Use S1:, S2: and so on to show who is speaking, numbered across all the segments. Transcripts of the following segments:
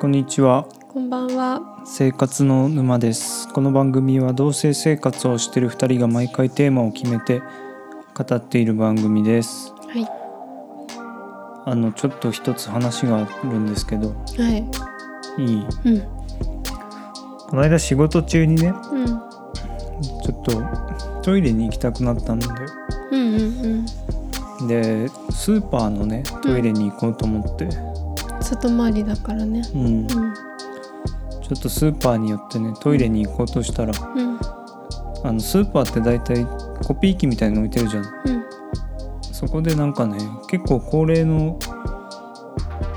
S1: こんにちは
S2: こんばんは。
S1: 生活の沼ですこの番組は同性生活をしている2人が毎回テーマを決めて語っている番組です
S2: はい。
S1: あのちょっと一つ話があるんですけど
S2: はい。
S1: いい
S2: うん。
S1: この間仕事中にね
S2: うん。
S1: ちょっとトイレに行きたくなったんだよ
S2: うんうんうん。
S1: でスーパーのねトイレに行こうと思って、
S2: 外回りだからね。
S1: うん、ち
S2: う
S1: ょ
S2: ん。
S1: っとスーパーによってねトイレに行こうとしたら
S2: うん。
S1: あのスーパーって大体コピー機みたいの置いてるじゃん
S2: うん。
S1: そこでなんかね結構高齢の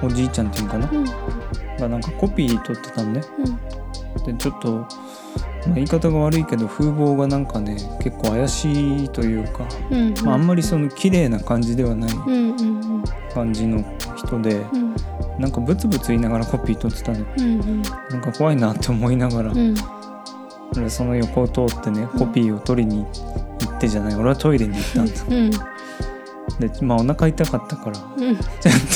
S1: おじいちゃんっていうのかな
S2: うん。
S1: がなんかコピー取ってたのね
S2: うん。
S1: でちょっと、まあ言い方が悪いけど風貌がなんかね結構怪しいというか、
S2: うん。
S1: まあ、あんまりその綺麗な感じではない
S2: うんうんうん。
S1: 感じの人で
S2: うん。
S1: なんかブツブツ言いながらコピー取ってたの
S2: うんうん。
S1: なんか怖いなって思いながら、
S2: うん。
S1: 俺その横を通ってねコピーを取りに行ってじゃない俺はトイレに行ったんだ
S2: うん。
S1: でまあお腹痛かったから
S2: うん。
S1: ち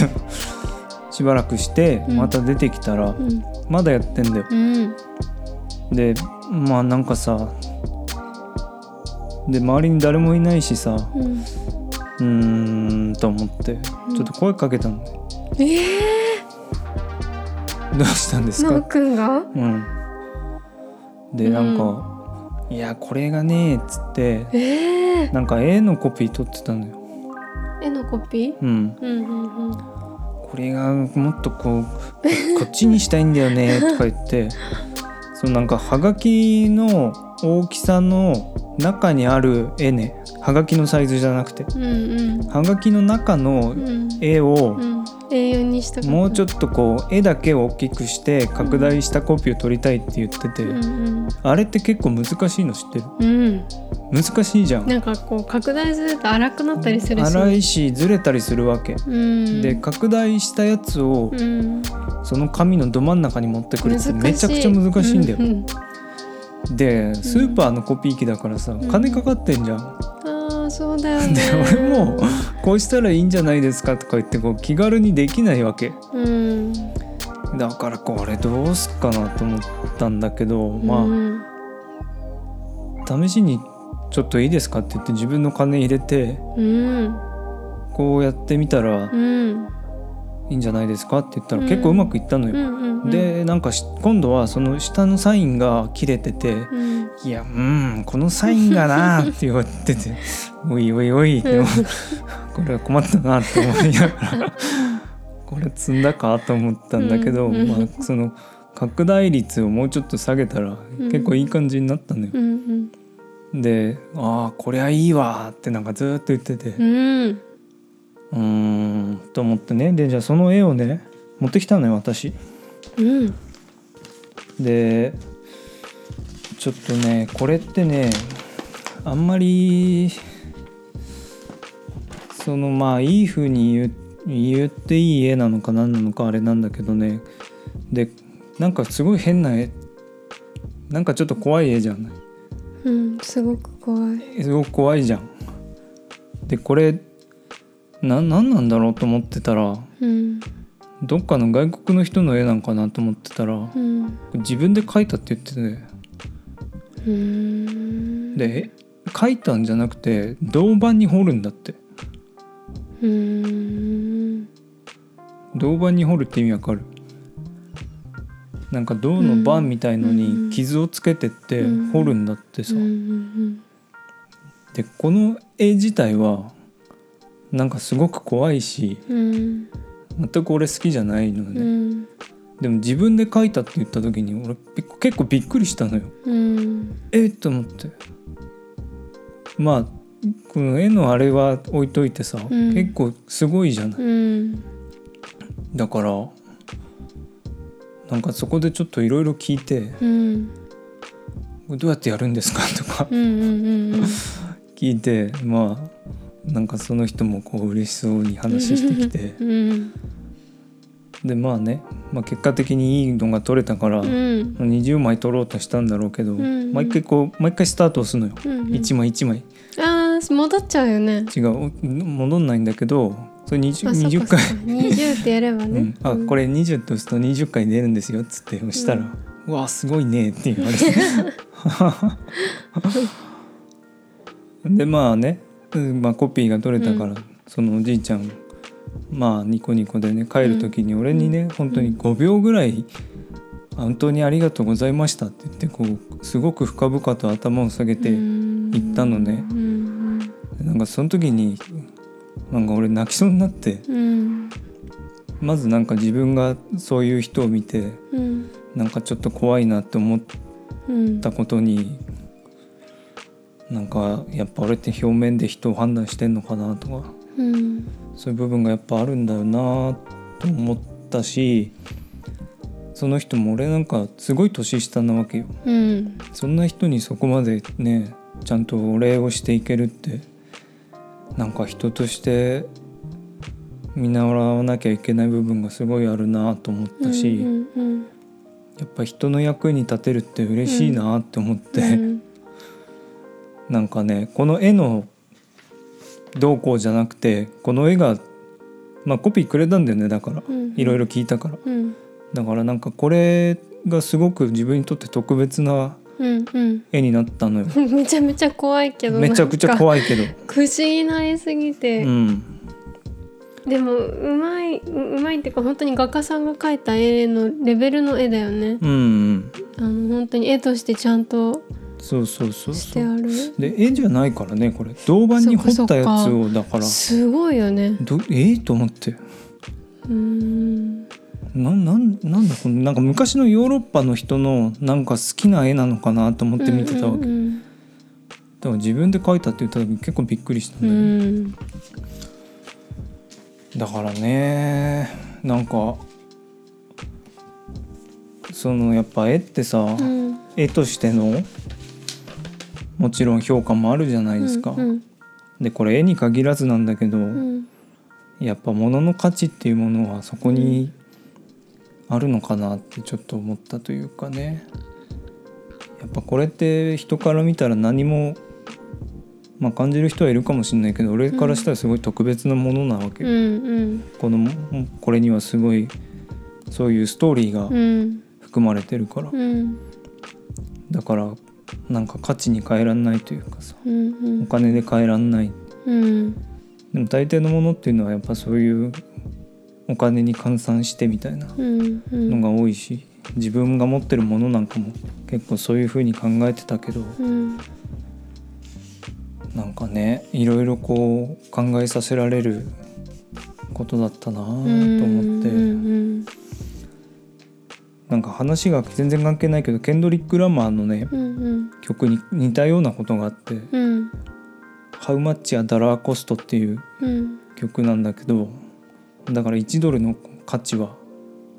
S1: ょっとしばらくして
S2: うん
S1: また出てきたら、
S2: うん。
S1: まだやってんだよ
S2: うん。
S1: でまあなんかさで周りに誰もいないしさ
S2: うん。
S1: うーんと思って
S2: うん
S1: ちょっと声かけたのね、
S2: ええ
S1: どうしたんです
S2: ー。なお
S1: か
S2: くんが。
S1: うんでなんか「いやこれがねえ」っつって
S2: ええー。
S1: なんか絵のコピー取ってたのよ
S2: 絵のコピー。
S1: うん
S2: うんうんうん。
S1: これがもっとこうここっちにしたいんだよ ねとか言ってそのなんかはがきの大きさの中にある絵ねはがきのサイズじゃなくて
S2: うん
S1: はがきの中の
S2: うん。うん。
S1: 絵を
S2: うん。栄養にしたかった。
S1: もうちょっ
S2: と。
S1: とこう絵だけを大きくして拡大したコピーを取りたいって言ってて、
S2: うん
S1: あれって結構難しいの知ってる
S2: うん。うん。
S1: 難しいじゃん
S2: なんかこう拡大すると荒くなったりするし。
S1: 荒いしずれたりするわけ、
S2: うん。
S1: で拡大したやつを
S2: うん。
S1: その紙のど真ん中に持ってくるってめちゃくちゃ難しいんだよ
S2: う、う
S1: でスーパーのコピー機だからさ、
S2: ん
S1: 金かかってんじゃん、
S2: ああそうだよね
S1: で俺もこうしたらいいんじゃないですかとか言ってこう気軽にできないわけ
S2: うん
S1: だからこれどうすっかなと思ったんだけど、ま
S2: うん
S1: あ試しにちょっといいですかって言って自分の金入れて
S2: うん
S1: こうやってみたら
S2: うん
S1: いいんじゃないですかって言ったら
S2: うん
S1: 結構うまくいったの
S2: うん
S1: よ、
S2: うん
S1: でなんかし今度はその下のサインが切れてて、
S2: うん
S1: いや、うん、このサインがなーって言われてて、 おいおいおい、でも、これは困ったなと思いながら、 これ積んだかと思ったんだけど、
S2: うん
S1: まあ、その、拡大率をもうちょっと下げたら、結構いい感じになったのよ
S2: う。ん
S1: で、ああ、こりゃいいわーってなんかずーっと言ってて、
S2: う
S1: うんーん、と思ってね。で、じゃあその絵をね、持ってきたのよ、私。
S2: うん
S1: でちょっとねこれってねあんまりそのまあいい風に言う言っていい絵なのか何なのかあれなんだけどねでなんかすごい変な絵なんかちょっと怖い絵じゃない
S2: うんすごく怖い
S1: すごく怖いじゃんでこれな何なんだろうと思ってたら
S2: うん
S1: どっかの外国の人の絵なんかなと思ってたら
S2: うん
S1: 自分で描いたって言ってて、ね
S2: うん
S1: で書いたんじゃなくて銅板に彫るんだって
S2: うん
S1: 銅板に彫るって意味わかるなんか銅の板みたいの
S2: うん
S1: に傷をつけてって
S2: うん
S1: 彫るんだってさ、
S2: うんうん
S1: でこの絵自体はなんかすごく怖いし
S2: うん
S1: 全く俺好きじゃないの
S2: う
S1: ね、
S2: ん
S1: でも自分で描いたって言った時に俺びっ結構びっくりしたのよ
S2: うん
S1: えっと思ってまあこの絵のあれは置いといてさ、
S2: うん
S1: 結構すごいじゃない
S2: うん
S1: だからなんかそこでちょっといろいろ聞いて
S2: うん
S1: 「どうやってやるんですか?」とか
S2: うんうんうん
S1: 聞いてまあなんかその人もこう嬉しそうに話してきて
S2: うん
S1: でまあね、まあ、結果的にいいのが取れたから、
S2: うん
S1: 20枚取ろうとしたんだろうけど、
S2: んうん
S1: 毎回こう毎回スタートをするのよ、
S2: うんうん
S1: 1枚1枚
S2: あー戻っちゃうよね
S1: 違う戻んないんだけどそれ 20,
S2: あそっ
S1: 20
S2: かそっ
S1: 回
S2: か20ってやれば
S1: う
S2: ね
S1: ん、あこ
S2: れ
S1: れ20と押すと20回出るんですよっつって押したら
S2: う
S1: 「うわすごいね」って言われ てでまあね、うんまあ、コピーが取れたから、
S2: う
S1: そのおじいちゃんまあニコニコでね帰る時に俺にね、本当に5秒ぐらい「本当にありがとうございました」って言ってこうすごく深々と頭を下げて、行
S2: 行
S1: ったのね
S2: うん
S1: なんかその時になんか俺泣きそうになって
S2: うん
S1: まずなんか自分がそういう人を見て。
S2: うん
S1: なんかちょっと怖いなって思っ
S2: うん
S1: たことになんかやっぱ俺って表面で人を判断してんのかなとか
S2: うん
S1: そういう部分がやっぱあるんだよなと思ったしその人も俺なんかすごい年下なわけよ
S2: うん
S1: そんな人にそこまでねちゃんとお礼をしていけるってなんか人として見習わなきゃいけない部分がすごいあるなと思ったし。
S2: うんうん
S1: やっぱ人の役に立てるって嬉しいなって思って、
S2: うん
S1: なんかねこの絵のどうこうじゃなくてこの絵がまあコピーくれたんだよねだから
S2: うん
S1: いろいろ聞いたから
S2: うん
S1: だからなんかこれがすごく自分にとって特別な
S2: うんうん
S1: 絵になったのよ
S2: めちゃめちゃ怖いけど
S1: めちゃくちゃ
S2: い
S1: 怖いけど、
S2: 不思議なりすぎて、
S1: うん、
S2: でもうまいううまいっていうか本当に画家さんが描いた絵のレベルの絵だよね、
S1: うんうん
S2: あの本当に絵としてちゃんと
S1: そうそうそう
S2: して
S1: そう
S2: ある
S1: で絵じゃないからねこれ銅板に彫ったやつをだから
S2: すごいよね
S1: どええと思って
S2: うーん
S1: なんなんなんだこのなんか昔のヨーロッパの人のなんか好きな絵なのかなと思って見てたわけ、
S2: うんうん
S1: だから自分で描いたって言った時結構びっくりしたん
S2: う
S1: だよ、
S2: ん
S1: だからねなんかそのやっぱ絵ってさ、
S2: うん
S1: 絵としてのもちろん評価もあるじゃないですか、
S2: うん
S1: でこれ絵に限らずなんだけど、
S2: うん
S1: やっぱ物の価値っていうものはそこにあるのかなってちょっと思ったというかねやっぱこれって人から見たら何も、まあ、感じる人はいるかもしれないけど俺からしたらすごい特別なものなわけ、
S2: うんうん
S1: このもこれにはすごいそういうストーリーが
S2: うん
S1: 含まれてるから、
S2: うん
S1: だからなんか価値に変えらんないというかさ
S2: うんうん
S1: お金で変えらんない
S2: うん
S1: でも大抵のものっていうのはやっぱそういうお金に換算してみたいな
S2: うんうん
S1: のが多いし自分が持ってるものなんかも結構そういう風に考えてたけど
S2: うん
S1: なんかねいろいろこう考えさせられることだったなぁと思って、
S2: うん
S1: なんか話が全然関係ないけどケンドリック・ラマーのね
S2: うんうん
S1: 曲に似たようなことがあって
S2: うん
S1: 「How much a dollar cost」っていう
S2: うん
S1: 曲なんだけどだから1ドルの価値は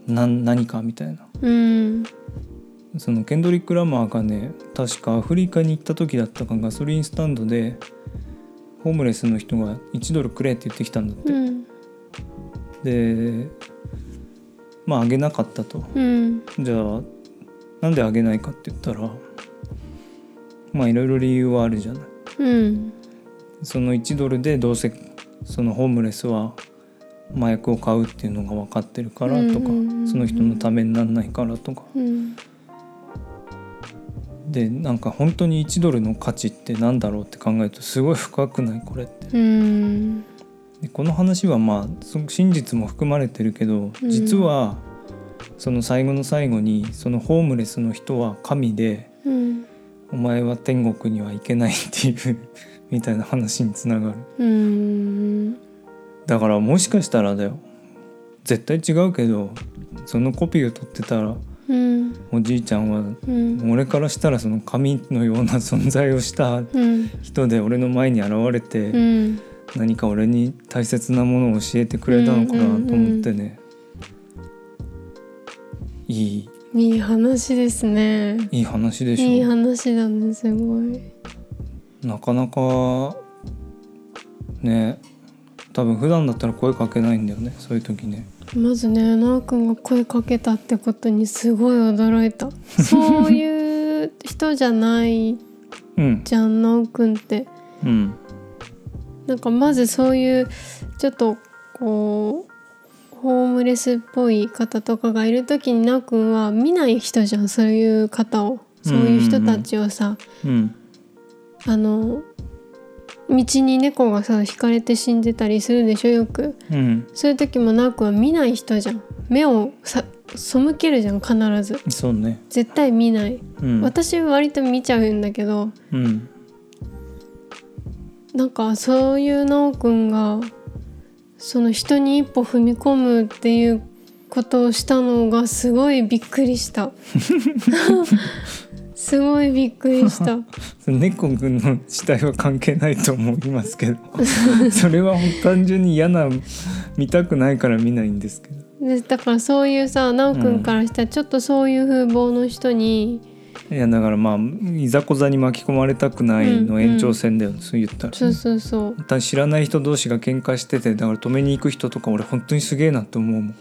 S1: 何何かみたいな
S2: うん
S1: そのケンドリック・ラマーがね確かアフリカに行った時だったかガソリンスタンドでホームレスの人が1ドルくれって言ってきたんだって、
S2: うん
S1: でまああげなかったと
S2: うん
S1: じゃあなんであげないかって言ったらまあいろいろ理由はあるじゃない
S2: うん
S1: その1ドルでどうせそのホームレスは麻薬を買うっていうのが分かってるからとか
S2: うんうんうんうん
S1: その人のためになんないからとか
S2: うん
S1: でなんか本当に1ドルの価値ってなんだろうって考えるとすごい深くないこれって
S2: うん
S1: でこの話はまあそ真実も含まれてるけど
S2: うん
S1: 実はその最後の最後にそのホームレスの人は神で
S2: うん
S1: お前は天国には行けないっていう みたいな話につながる
S2: うん
S1: だからもしかしたらだよ絶対違うけどそのコピーを取ってたら
S2: うん
S1: おじいちゃんは
S2: うん
S1: 俺からしたらその神のような存在をした
S2: うん
S1: 人で俺の前に現れて、
S2: うん
S1: 何か俺に大切なものを教えてくれたのかなと思ってね、いい
S2: いい話ですね
S1: いい話で
S2: い
S1: し
S2: い
S1: ょ
S2: 話だねすごい
S1: なかなかね多分普段だったら声かけないんだよねそういう時ね
S2: まずねなおくんが声かけたってことにすごい驚い たそういう人じゃない
S1: うん
S2: じゃんなおくんって
S1: うん
S2: なんかまずそういうちょっとこうホームレスっぽい方とかがいる時になおくんは見ない人じゃんそういう方をそういう人たちをさ、
S1: うん
S2: あの道に猫がさ引かれて死んでたりするでしょよく
S1: うん
S2: そういう時もなおくんは見ない人じゃん目をさ背けるじゃん必ず
S1: そうね
S2: 絶対見ない、
S1: うん
S2: 私割と見ちゃうんだけど
S1: うん
S2: なんかそういうなおくんがその人に一歩踏み込むっていうことをしたのがすごいびっくりした すごいびっくりした
S1: 猫くんの死体は関係ないと思いますけどそれはもう単純に嫌な見たくないから見ないんですけど
S2: でだからそういうさなおくんからしたらちょっとそういう風貌の人に、
S1: いやだからまあいざこざに巻き込まれたくないの延長線だよ、そう言ったら、
S2: そうそうそう
S1: だから知らない人同士が喧嘩しててだから止めに行く人とか俺本当にすげえなって思うもん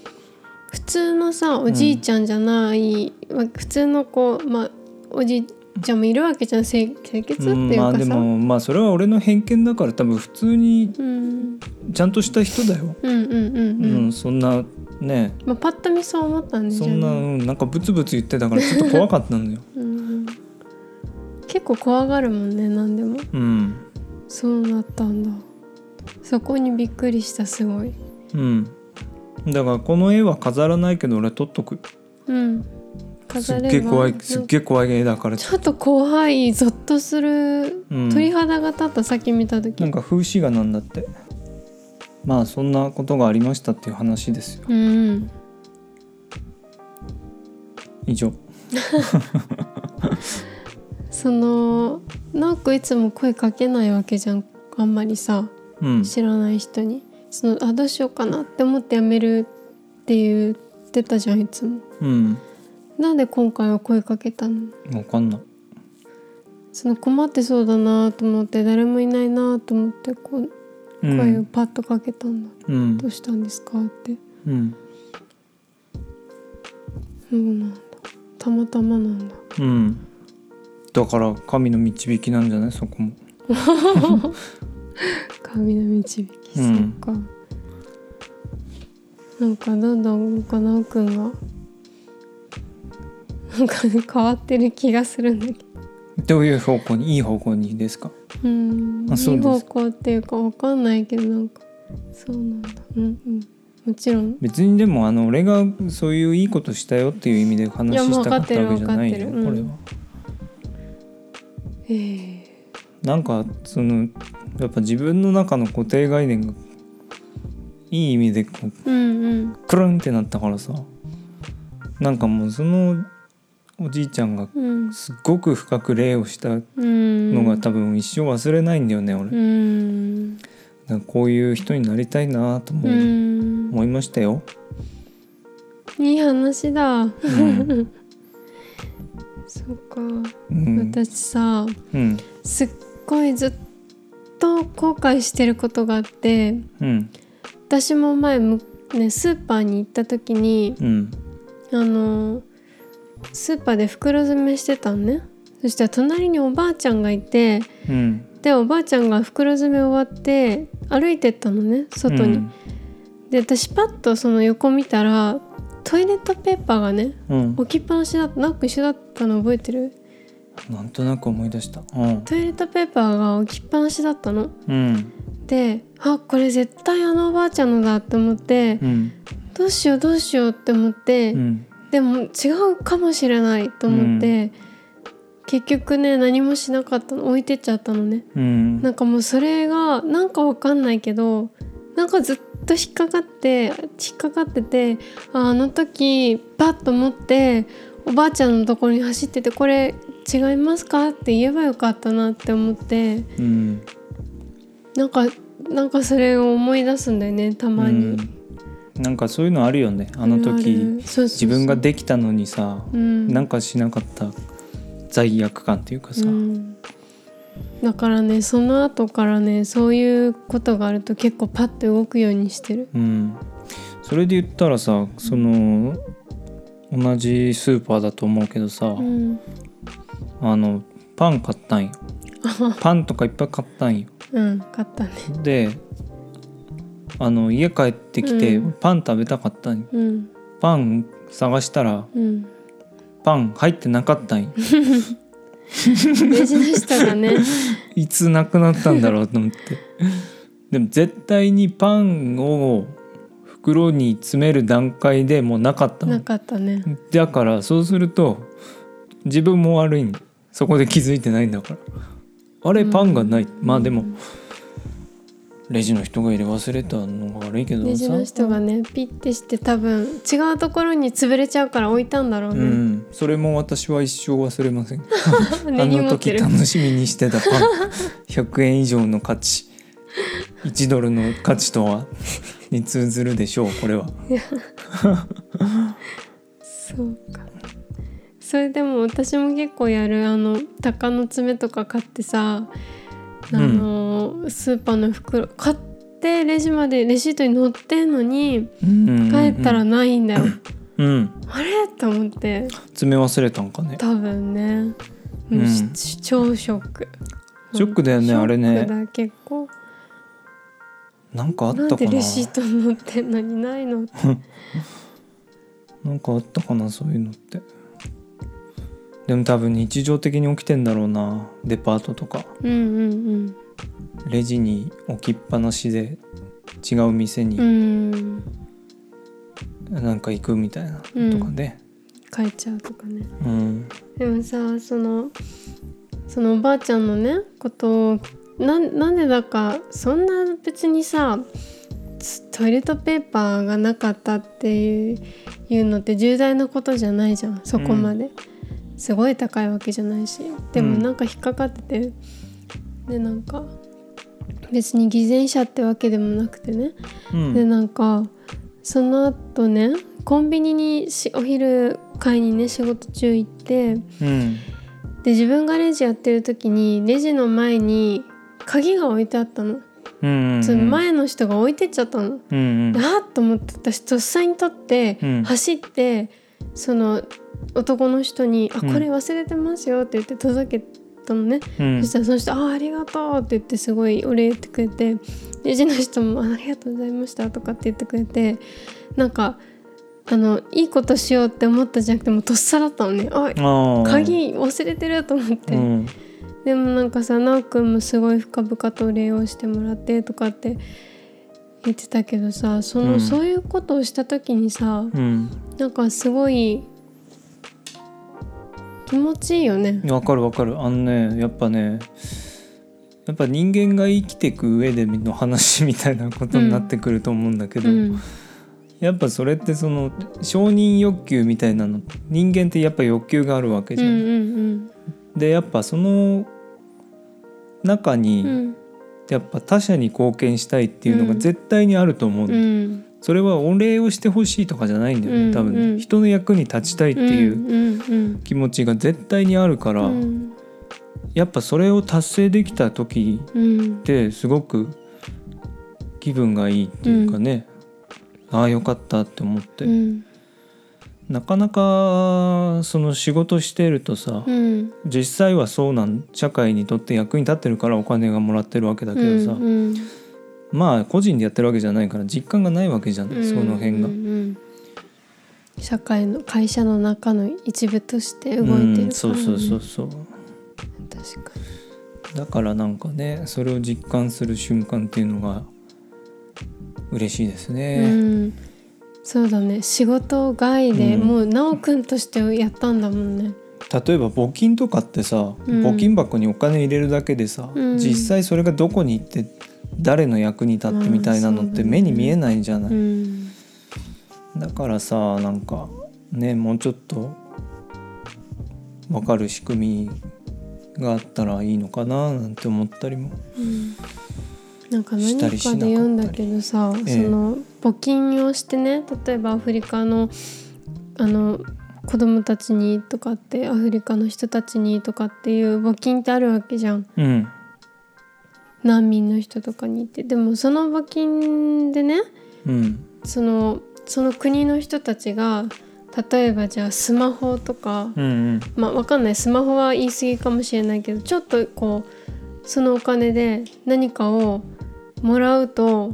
S2: 普通のさおじいちゃんじゃない、まあ普通の子まあおじいちゃんもいるわけじゃん清清潔って
S1: うん
S2: いう
S1: まあ
S2: か
S1: で
S2: さ、
S1: もまあそれは俺の偏見だから多分普通に
S2: うん、
S1: ちゃんとした人だよ、
S2: うんうんうんうん
S1: うんそんなね
S2: まあ、パッと見そう思ったんで
S1: そんな、
S2: じゃあ
S1: う
S2: ね
S1: んなんかブツブツ言ってたからちょっと怖かったんだ よ
S2: うんうん、結構怖がるもんね何でも
S1: うん
S2: そうなったんだそこにびっくりしたすごい
S1: うんだからこの絵は飾らないけど俺は撮っとく
S2: うん
S1: す
S2: 飾れ
S1: っ
S2: ば
S1: げえ怖い
S2: なんか
S1: すっげえ怖い絵だから
S2: ちょっと怖いゾッとする、
S1: うん
S2: 鳥肌が立ったさっき見た時
S1: なんか風刺画なんだってまあそんなことがありましたっていう話ですよ
S2: うん
S1: 以上
S2: そのなんかいつも声かけないわけじゃんあんまりさ
S1: うん
S2: 知らない人にそのあどうしようかなって思ってやめるって言ってたじゃんいつも
S1: うん
S2: なんで今回は声かけたの
S1: わかんない
S2: その困ってそうだなと思って誰もいないなと思ってこう
S1: う
S2: 声を
S1: ん
S2: パッとかけたんだ、
S1: うん
S2: どうしたんですかって
S1: うん
S2: そうなんだたまたまなんだ
S1: うんだから神の導きなんじゃないそこも
S2: 神の導き、
S1: うん
S2: そっかなんかどんどんなんかなおくんがなんか変わってる気がするんだけど
S1: どういう方向にいい方向にですか
S2: うん
S1: あそ
S2: いうい
S1: ですか
S2: 方向っていうかわかんないけどなんかそうなんだうんうんもちろん
S1: 別にでもあの俺がそういういいことしたよっていう意味で話
S2: いやも
S1: し
S2: う
S1: たかったわけじゃない
S2: わかってる
S1: よ
S2: わ
S1: こ
S2: かって
S1: れ
S2: るうん
S1: は。
S2: ええ
S1: なんかそのやっぱ自分の中の固定概念がいい意味でこう
S2: うんうん
S1: クルンってなったからさなんかもうそのおじいちゃんが
S2: うん
S1: すっごく深く礼をした
S2: うん
S1: のが多分一生忘れないんだよね俺、
S2: うん
S1: なんかこういう人になりたいなと
S2: う
S1: も
S2: ん
S1: 思いました よ、
S2: いい話
S1: う
S2: だ
S1: ん
S2: そうか、
S1: うん
S2: 私さ
S1: うん
S2: すっごいずっと後悔してることがあって
S1: うん
S2: 私も前むねスーパーに行った時に
S1: うん
S2: あのスーパーで袋詰めしてたんねそしたら隣におばあちゃんがいて
S1: うん
S2: でおばあちゃんが袋詰め終わって歩いてったのね外に、で私パッとその横見たらトイレットペーパーがね
S1: うん、う
S2: 置きっぱなしだったなんか一緒だったの覚えてる
S1: ん、なんとなく思い出したうん
S2: トイレットペーパーが置きっぱなしだったの
S1: うん
S2: であこれ絶対あのおばあちゃんのだって思って、
S1: うん
S2: どうしようどうしようって思って、
S1: うん
S2: でも違うかもしれないと思って、結局ね何もしなかったの置いてっちゃったのね
S1: うん
S2: なんかもうそれがなんかわかんないけどなんかずっと引っかかって引っかかっててああの時パッと持っておばあちゃんのところに走ってて「これ違いますか?」って言えばよかったなって思って
S1: うん
S2: なんかなんかそれを思い出すんだよねたまに。
S1: うん、なんかそういうのあるよねあの時自
S2: 自
S1: 分ができたのにさ、
S2: な
S1: なんかしなかった罪悪感っていうかさ、
S2: うんだからねその後からねそういうことがあると結構パッと動くようにしてる。
S1: うん、それで言ったらさその同じスーパーだと思うけどさ、
S2: うん
S1: あのパン買った んよパンとかいっぱい買ったんよ
S2: うん、買ったね。
S1: であの家帰ってきて
S2: うん
S1: パン食べたかったんよ
S2: うん
S1: パン探したら
S2: うん
S1: パン入ってなかったんよ
S2: 大事な人 がね
S1: いつなくなったんだろうと思って でも絶対にパンを袋に詰める段階でもうなかったの
S2: なかったね
S1: だからそうすると自分も悪いんだそこで気づいてないんだからあれパンがない、まあでもレジの人が入れ忘れたのが悪いけどさ
S2: 大事な人がねピッてして多分違うところに潰れちゃうから置いたんだろ
S1: う
S2: うね、
S1: ん、それも私は一生忘れませんあ
S2: 根に
S1: の
S2: 持って
S1: 時
S2: る
S1: 楽しみにしてたパン100円以上の価値1ドルの価値とはに通ずるでしょうこれは
S2: そうかそれでも私も結構やるあの鷹の爪とか買ってさあの、スーパーの袋買ってレジまでレシートに載ってんのに帰ったら
S1: うん
S2: ないんだ よ、
S1: うん、うん
S2: あれと思って
S1: 詰め忘れたんかね
S2: 多分ね、もうし
S1: うん
S2: 超ショック
S1: ショックだよね
S2: ショック
S1: あれね
S2: だ結構
S1: なんかあっ
S2: なん
S1: たか
S2: で
S1: な
S2: レシートに載ってんのにないの
S1: なんかあったかなそういうのってでも多分日常的に起きてんだろうなデパートとか
S2: うんうん
S1: レジに置きっぱなしで違う店
S2: う
S1: に
S2: んうん
S1: なんか行くみたいな
S2: うん
S1: とかね
S2: 書いちゃうとかね
S1: うん
S2: でもさそのそのおばあちゃんのねことをなんなんでだかそんな別にさつトイレットペーパーがなかったっていういうのって重大なことじゃないじゃんそこまで、すごい高いわけじゃないしでも
S1: うん
S2: なんか引っかかってて、でなんか別に偽善者ってわけでもなくてね
S1: うん
S2: でなんかその後ねコンビニにしお昼買いにね仕事中行ってで
S1: うん
S2: 自分がレジやってる時にレジの前に鍵が置いてあったの、
S1: うんうん
S2: その前の人が置いてっちゃったの、
S1: うんうん
S2: あーっと思って私とっさに取って、
S1: うん
S2: 走ってその男の人に「あ
S1: うん
S2: これ忘れてますよ」って言って届けたのね、
S1: うん
S2: そしたらその人「あーありがとう」って言ってすごいお礼言ってくれてレジの人も「あーありがとうございました」とかって言ってくれてなんかあのいいことしようって思ったじゃなくてもうとっさだったのね「あ
S1: あー
S2: 鍵忘れてる」と思って、
S1: うん
S2: でもなんかさなおくんもすごい深々とお礼をしてもらってとかって言ってたけどさその、
S1: うん
S2: そういうことをした時にさ
S1: うん
S2: なんかすごい気持ちいいよね。
S1: わかるわかるあのねやっぱねやっぱ人間が生きていく上での話みたいなことになってくると思うんだけ
S2: う
S1: ど、
S2: ん、
S1: やっぱそれってその承認欲求みたいなの人間ってやっぱ欲求があるわけ
S2: うんう
S1: じゃん。
S2: ん
S1: でやっぱその中
S2: うんう
S1: に
S2: ん
S1: やっぱ他者に貢献したいっていうの
S2: う
S1: が
S2: ん
S1: 絶対にあると思う、
S2: うん
S1: それはお礼をしてほしいとかじゃないんだよね、
S2: うん
S1: 多分ね、
S2: うん
S1: 人の役に立ちたいって
S2: う
S1: いうん
S2: うん
S1: 気持ちが絶対にあるから、
S2: うん
S1: やっぱそれを達成できた時
S2: うん
S1: ってすごく気分がいいっていうかね、ああよかったって思って。
S2: うん
S1: なかなかその仕事してるとさ、
S2: うん
S1: 実際はそうなん社会にとって役に立ってるからお金がもらってるわけだけどさ、
S2: うん
S1: まあ個人でやってるわけじゃないから実感がないわけじゃない、
S2: うん
S1: その辺が
S2: うん。うん社会の会社の中の一部として動いてるから、ね
S1: うん、そうそうそうそう
S2: 確か
S1: だからなんかねそれを実感する瞬間っていうのが嬉しいです
S2: に、
S1: ね。
S2: うんそうだね仕事外で、
S1: うん
S2: もうなおくんとしてやったんだもんね
S1: 例えば募金とかってさ、
S2: うん
S1: 募金箱にお金入れるだけでさ、
S2: うん
S1: 実際それがどこに行って誰の役に立ってみたいなのっ
S2: うんそ
S1: て
S2: うだね
S1: 目に見えないんじゃない、
S2: うん
S1: だからさなんかねもうちょっと分かる仕組みがあったらいいのかななんて思ったりも
S2: うんなんか
S1: し
S2: 何
S1: た
S2: か
S1: り
S2: で
S1: しなかったり
S2: 読んだけどさ、
S1: ええ
S2: その募金をしてね例えばアフリカのあの子供たちにとかってアフリカの人たちにとかっていう募金ってあるわけじゃん
S1: うん
S2: 難民の人とかにってでもその募金でね
S1: うん
S2: そのその国の人たちが例えばじゃあスマホとか
S1: うんうん
S2: まあわかんないスマホは言い過ぎかもしれないけどちょっとこうそのお金で何かをもらうと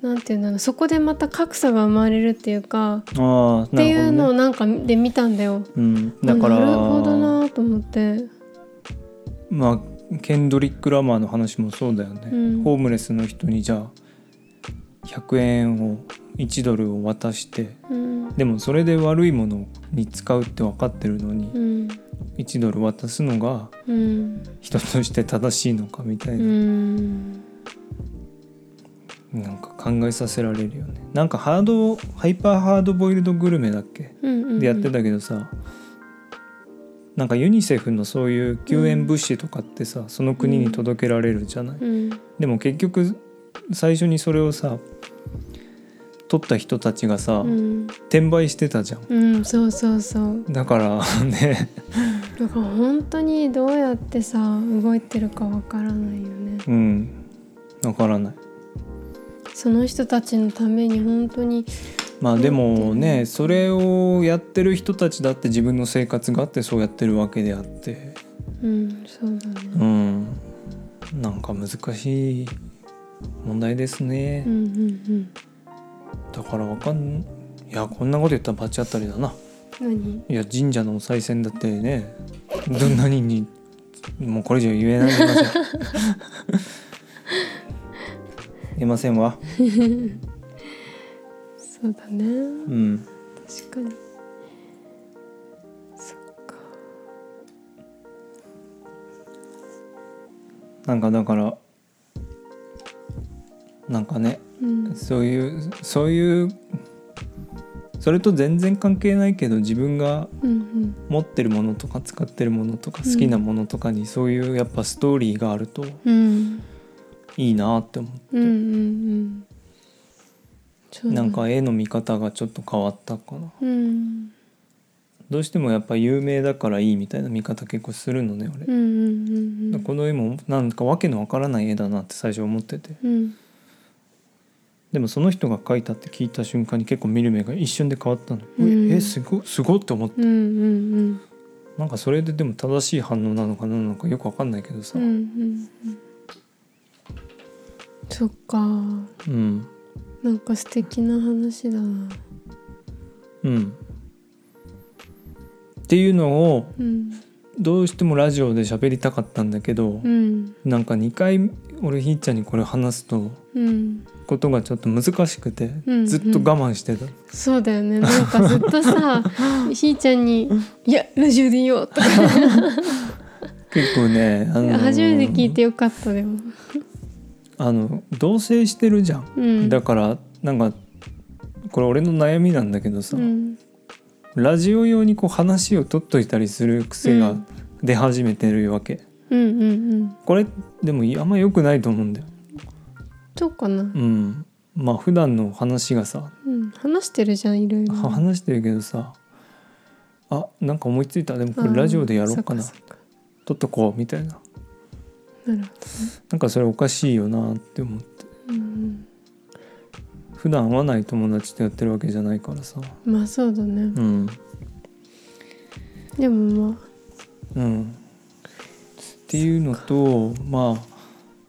S2: なんていうんだろうそこでまた格差が生まれるっていうか
S1: ああ
S2: っ
S1: な
S2: て
S1: る
S2: いう
S1: ほ
S2: の
S1: ど
S2: を
S1: ね
S2: なんかで見たんだよ。
S1: うん、だから
S2: あなるほどなと思って。
S1: まあケンドリック・ラマーの話もそうだよね、
S2: うん
S1: ホームレスの人にじゃあ100円を1ドルを渡して
S2: うん
S1: でもそれで悪いものに使うって分かってるのに
S2: うん
S1: 1ドル渡すのが
S2: うん
S1: 人として正しいのかみた
S2: う
S1: いな、
S2: ん
S1: なんか考えさせられるよねなんかハードハイパーハードボイルドグルメだっけ
S2: うん
S1: でやってたけどさ、なんかユニセフのそういう救援物資とかってさ、その国に届けられるじゃない、
S2: うん
S1: でも結局最初にそれをさ取った人たちがさ、
S2: うん
S1: 転売してたじゃん
S2: うんそうそうそう
S1: だから ね、
S2: だから本当にどうやってさ動いてるかわからないよね
S1: うんわからない
S2: その人たちのために本当に
S1: まあでもねそれをやってる人たちだって自分の生活があってそうやってるわけであって
S2: うんそうだね
S1: うんなんか難しい問題ですね
S2: う、んうん
S1: だからわかんいやこんなこと言ったら罰当たりだな
S2: うん
S1: いや神社のお賽銭だってねどんなににもうこれ以上 言えないでください言えませんわ
S2: 何そうだね
S1: うん
S2: 確かにそっか
S1: なんかだからなんかね
S2: うん
S1: そういうそういうそれと全然関係ないけど自分が
S2: うん
S1: 持ってるものとか使ってるものとか好きなものとかにそういうやっぱストーリーがあると
S2: うんうん
S1: いいなって思
S2: うんうんうんそううだ
S1: な
S2: ね
S1: んか絵の見方がちょっと変わったかな
S2: うん
S1: どうしてもやっぱ有名だからいいみたいな見方結構するのね俺、
S2: うんうんうんうん
S1: この絵もなんかわけのわからない絵だなって最初思ってて
S2: うん
S1: でもその人が描いたって聞いた瞬間に結構見る目が一瞬で変わったの、
S2: うん
S1: ええすごすごって思って
S2: うんうんうん
S1: なんかそれででも正しい反応なのかなのかよくわかんないけどさ
S2: うんうんうんそっか
S1: うん
S2: なんか素敵な話だな
S1: うんっていうのを
S2: うん
S1: どうしてもラジオで喋りたかったんだけど、
S2: うん
S1: なんか2回俺ひーちゃんにこれ話すと
S2: うん
S1: ことがちょっと難しくて、
S2: うん
S1: ずっと我慢してた、
S2: そうだよねなんかずっと さひーちゃんに「いやラジオでいいよ」とか
S1: 結構ね、あのー
S2: 初めて聞いてよかったでも
S1: あの同棲してるじゃん、
S2: うん
S1: だからなんかこれ俺の悩みなんだけどさ、
S2: うん
S1: ラジオ用にこう話を取っといたりする癖
S2: う
S1: が
S2: ん
S1: 出始めてるわけ、
S2: うんうんうん
S1: これでもあんま良くないと思うんだよ
S2: そうかな
S1: うんまあ普段の話がさ、
S2: うん話してるじゃんいろいろ
S1: は話してるけどさあなんか思いついたでもこれラジオでやろうかな
S2: あーそっかそっか
S1: 撮っとこうみたいな
S2: なるほど
S1: なんかそれおかしいよなって思って
S2: うん
S1: 普段会わない友達とやってるわけじゃないからさ
S2: うんまあそうだね
S1: うん
S2: でもまあ
S1: うん、っていうのとま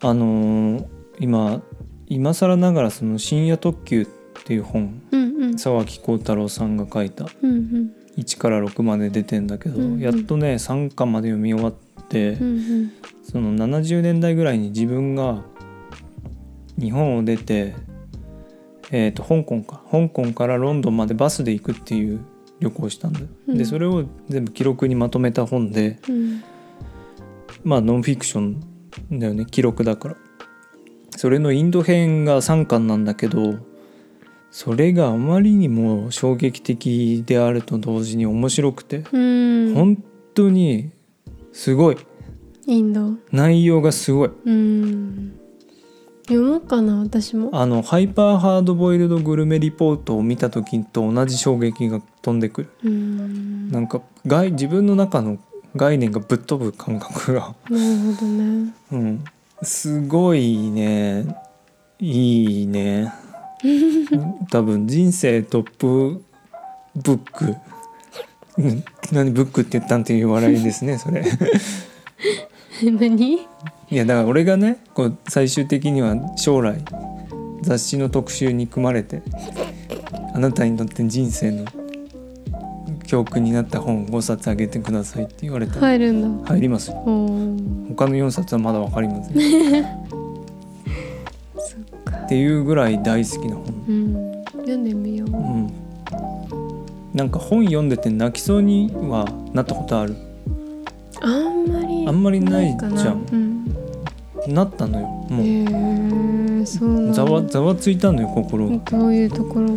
S1: ああのー今今更ながらその「深夜特急」っていう本
S2: うんうん
S1: 沢木耕太郎さんが書いた
S2: うんうん
S1: 1から6まで出てんだけど、
S2: うんうん
S1: やっとね3巻まで読み終わって、
S2: うん
S1: その70年代ぐらいに自分が日本を出て、えー、と香港か香港からロンドンまでバスで行くっていう旅行をしたんだよ、
S2: うん
S1: でそれを全部記録にまとめた本で。
S2: うん
S1: まあノンフィクションだよね記録だからそれのインド編が3巻なんだけどそれがあまりにも衝撃的であると同時に面白くて
S2: うんうん
S1: 本当にすごい
S2: インド
S1: 内容がすごい
S2: うん読もうかな私も
S1: あのハイパーハードボイルドグルメリポートを見た時と同じ衝撃が飛んでくる
S2: うん
S1: な
S2: な
S1: んか概自分の中の概念がぶっ飛ぶ感覚が
S2: るほどね
S1: うん、すごいねいいね多分人生トップブックうん何ブックって言ったんっていう笑いですねそれ
S2: 何
S1: いやだから俺がねこう最終的には将来雑誌の特集に組まれてあなたにとって人生の教訓になった本を5冊あげてくださいって言われたら
S2: 入るんだ
S1: 入りますよ
S2: おー
S1: 他の4冊はまだ分かりませんっ
S2: そっか
S1: ていうぐらい大好きな本
S2: うん読んでみよう
S1: うんなんか本読んでて泣きそうにはなったことある
S2: あんまり
S1: あんまりない
S2: かな
S1: じゃん
S2: うん
S1: なったのよもう
S2: へえそうなんだ
S1: ざわざわついたのよ心が
S2: どういうところが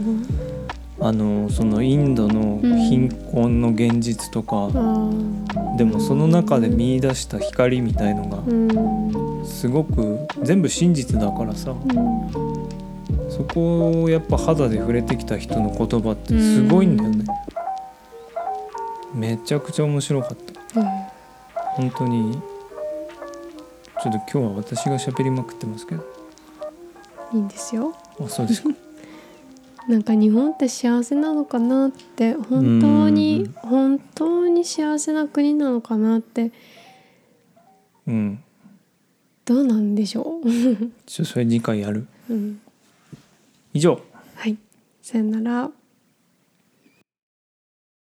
S1: あのそのインドの貧困の現実とか、
S2: ああ
S1: でもその中で見出した光みたいのが
S2: うん
S1: すごく全部真実だからさ
S2: うん
S1: そこをやっぱ肌で触れてきた人の言葉ってすごいんだよねめちゃくちゃ面白かった本当にちょっと今日は私が喋りまくってますけど
S2: いいんですよ
S1: あそうですか
S2: なんか日本って幸せなのかなって本当に
S1: うん
S2: 本当に幸せな国なのかなって
S1: うん
S2: どうなんでしょう、
S1: ちょそれ次回やる
S2: うん、
S1: 以上
S2: はいさよなら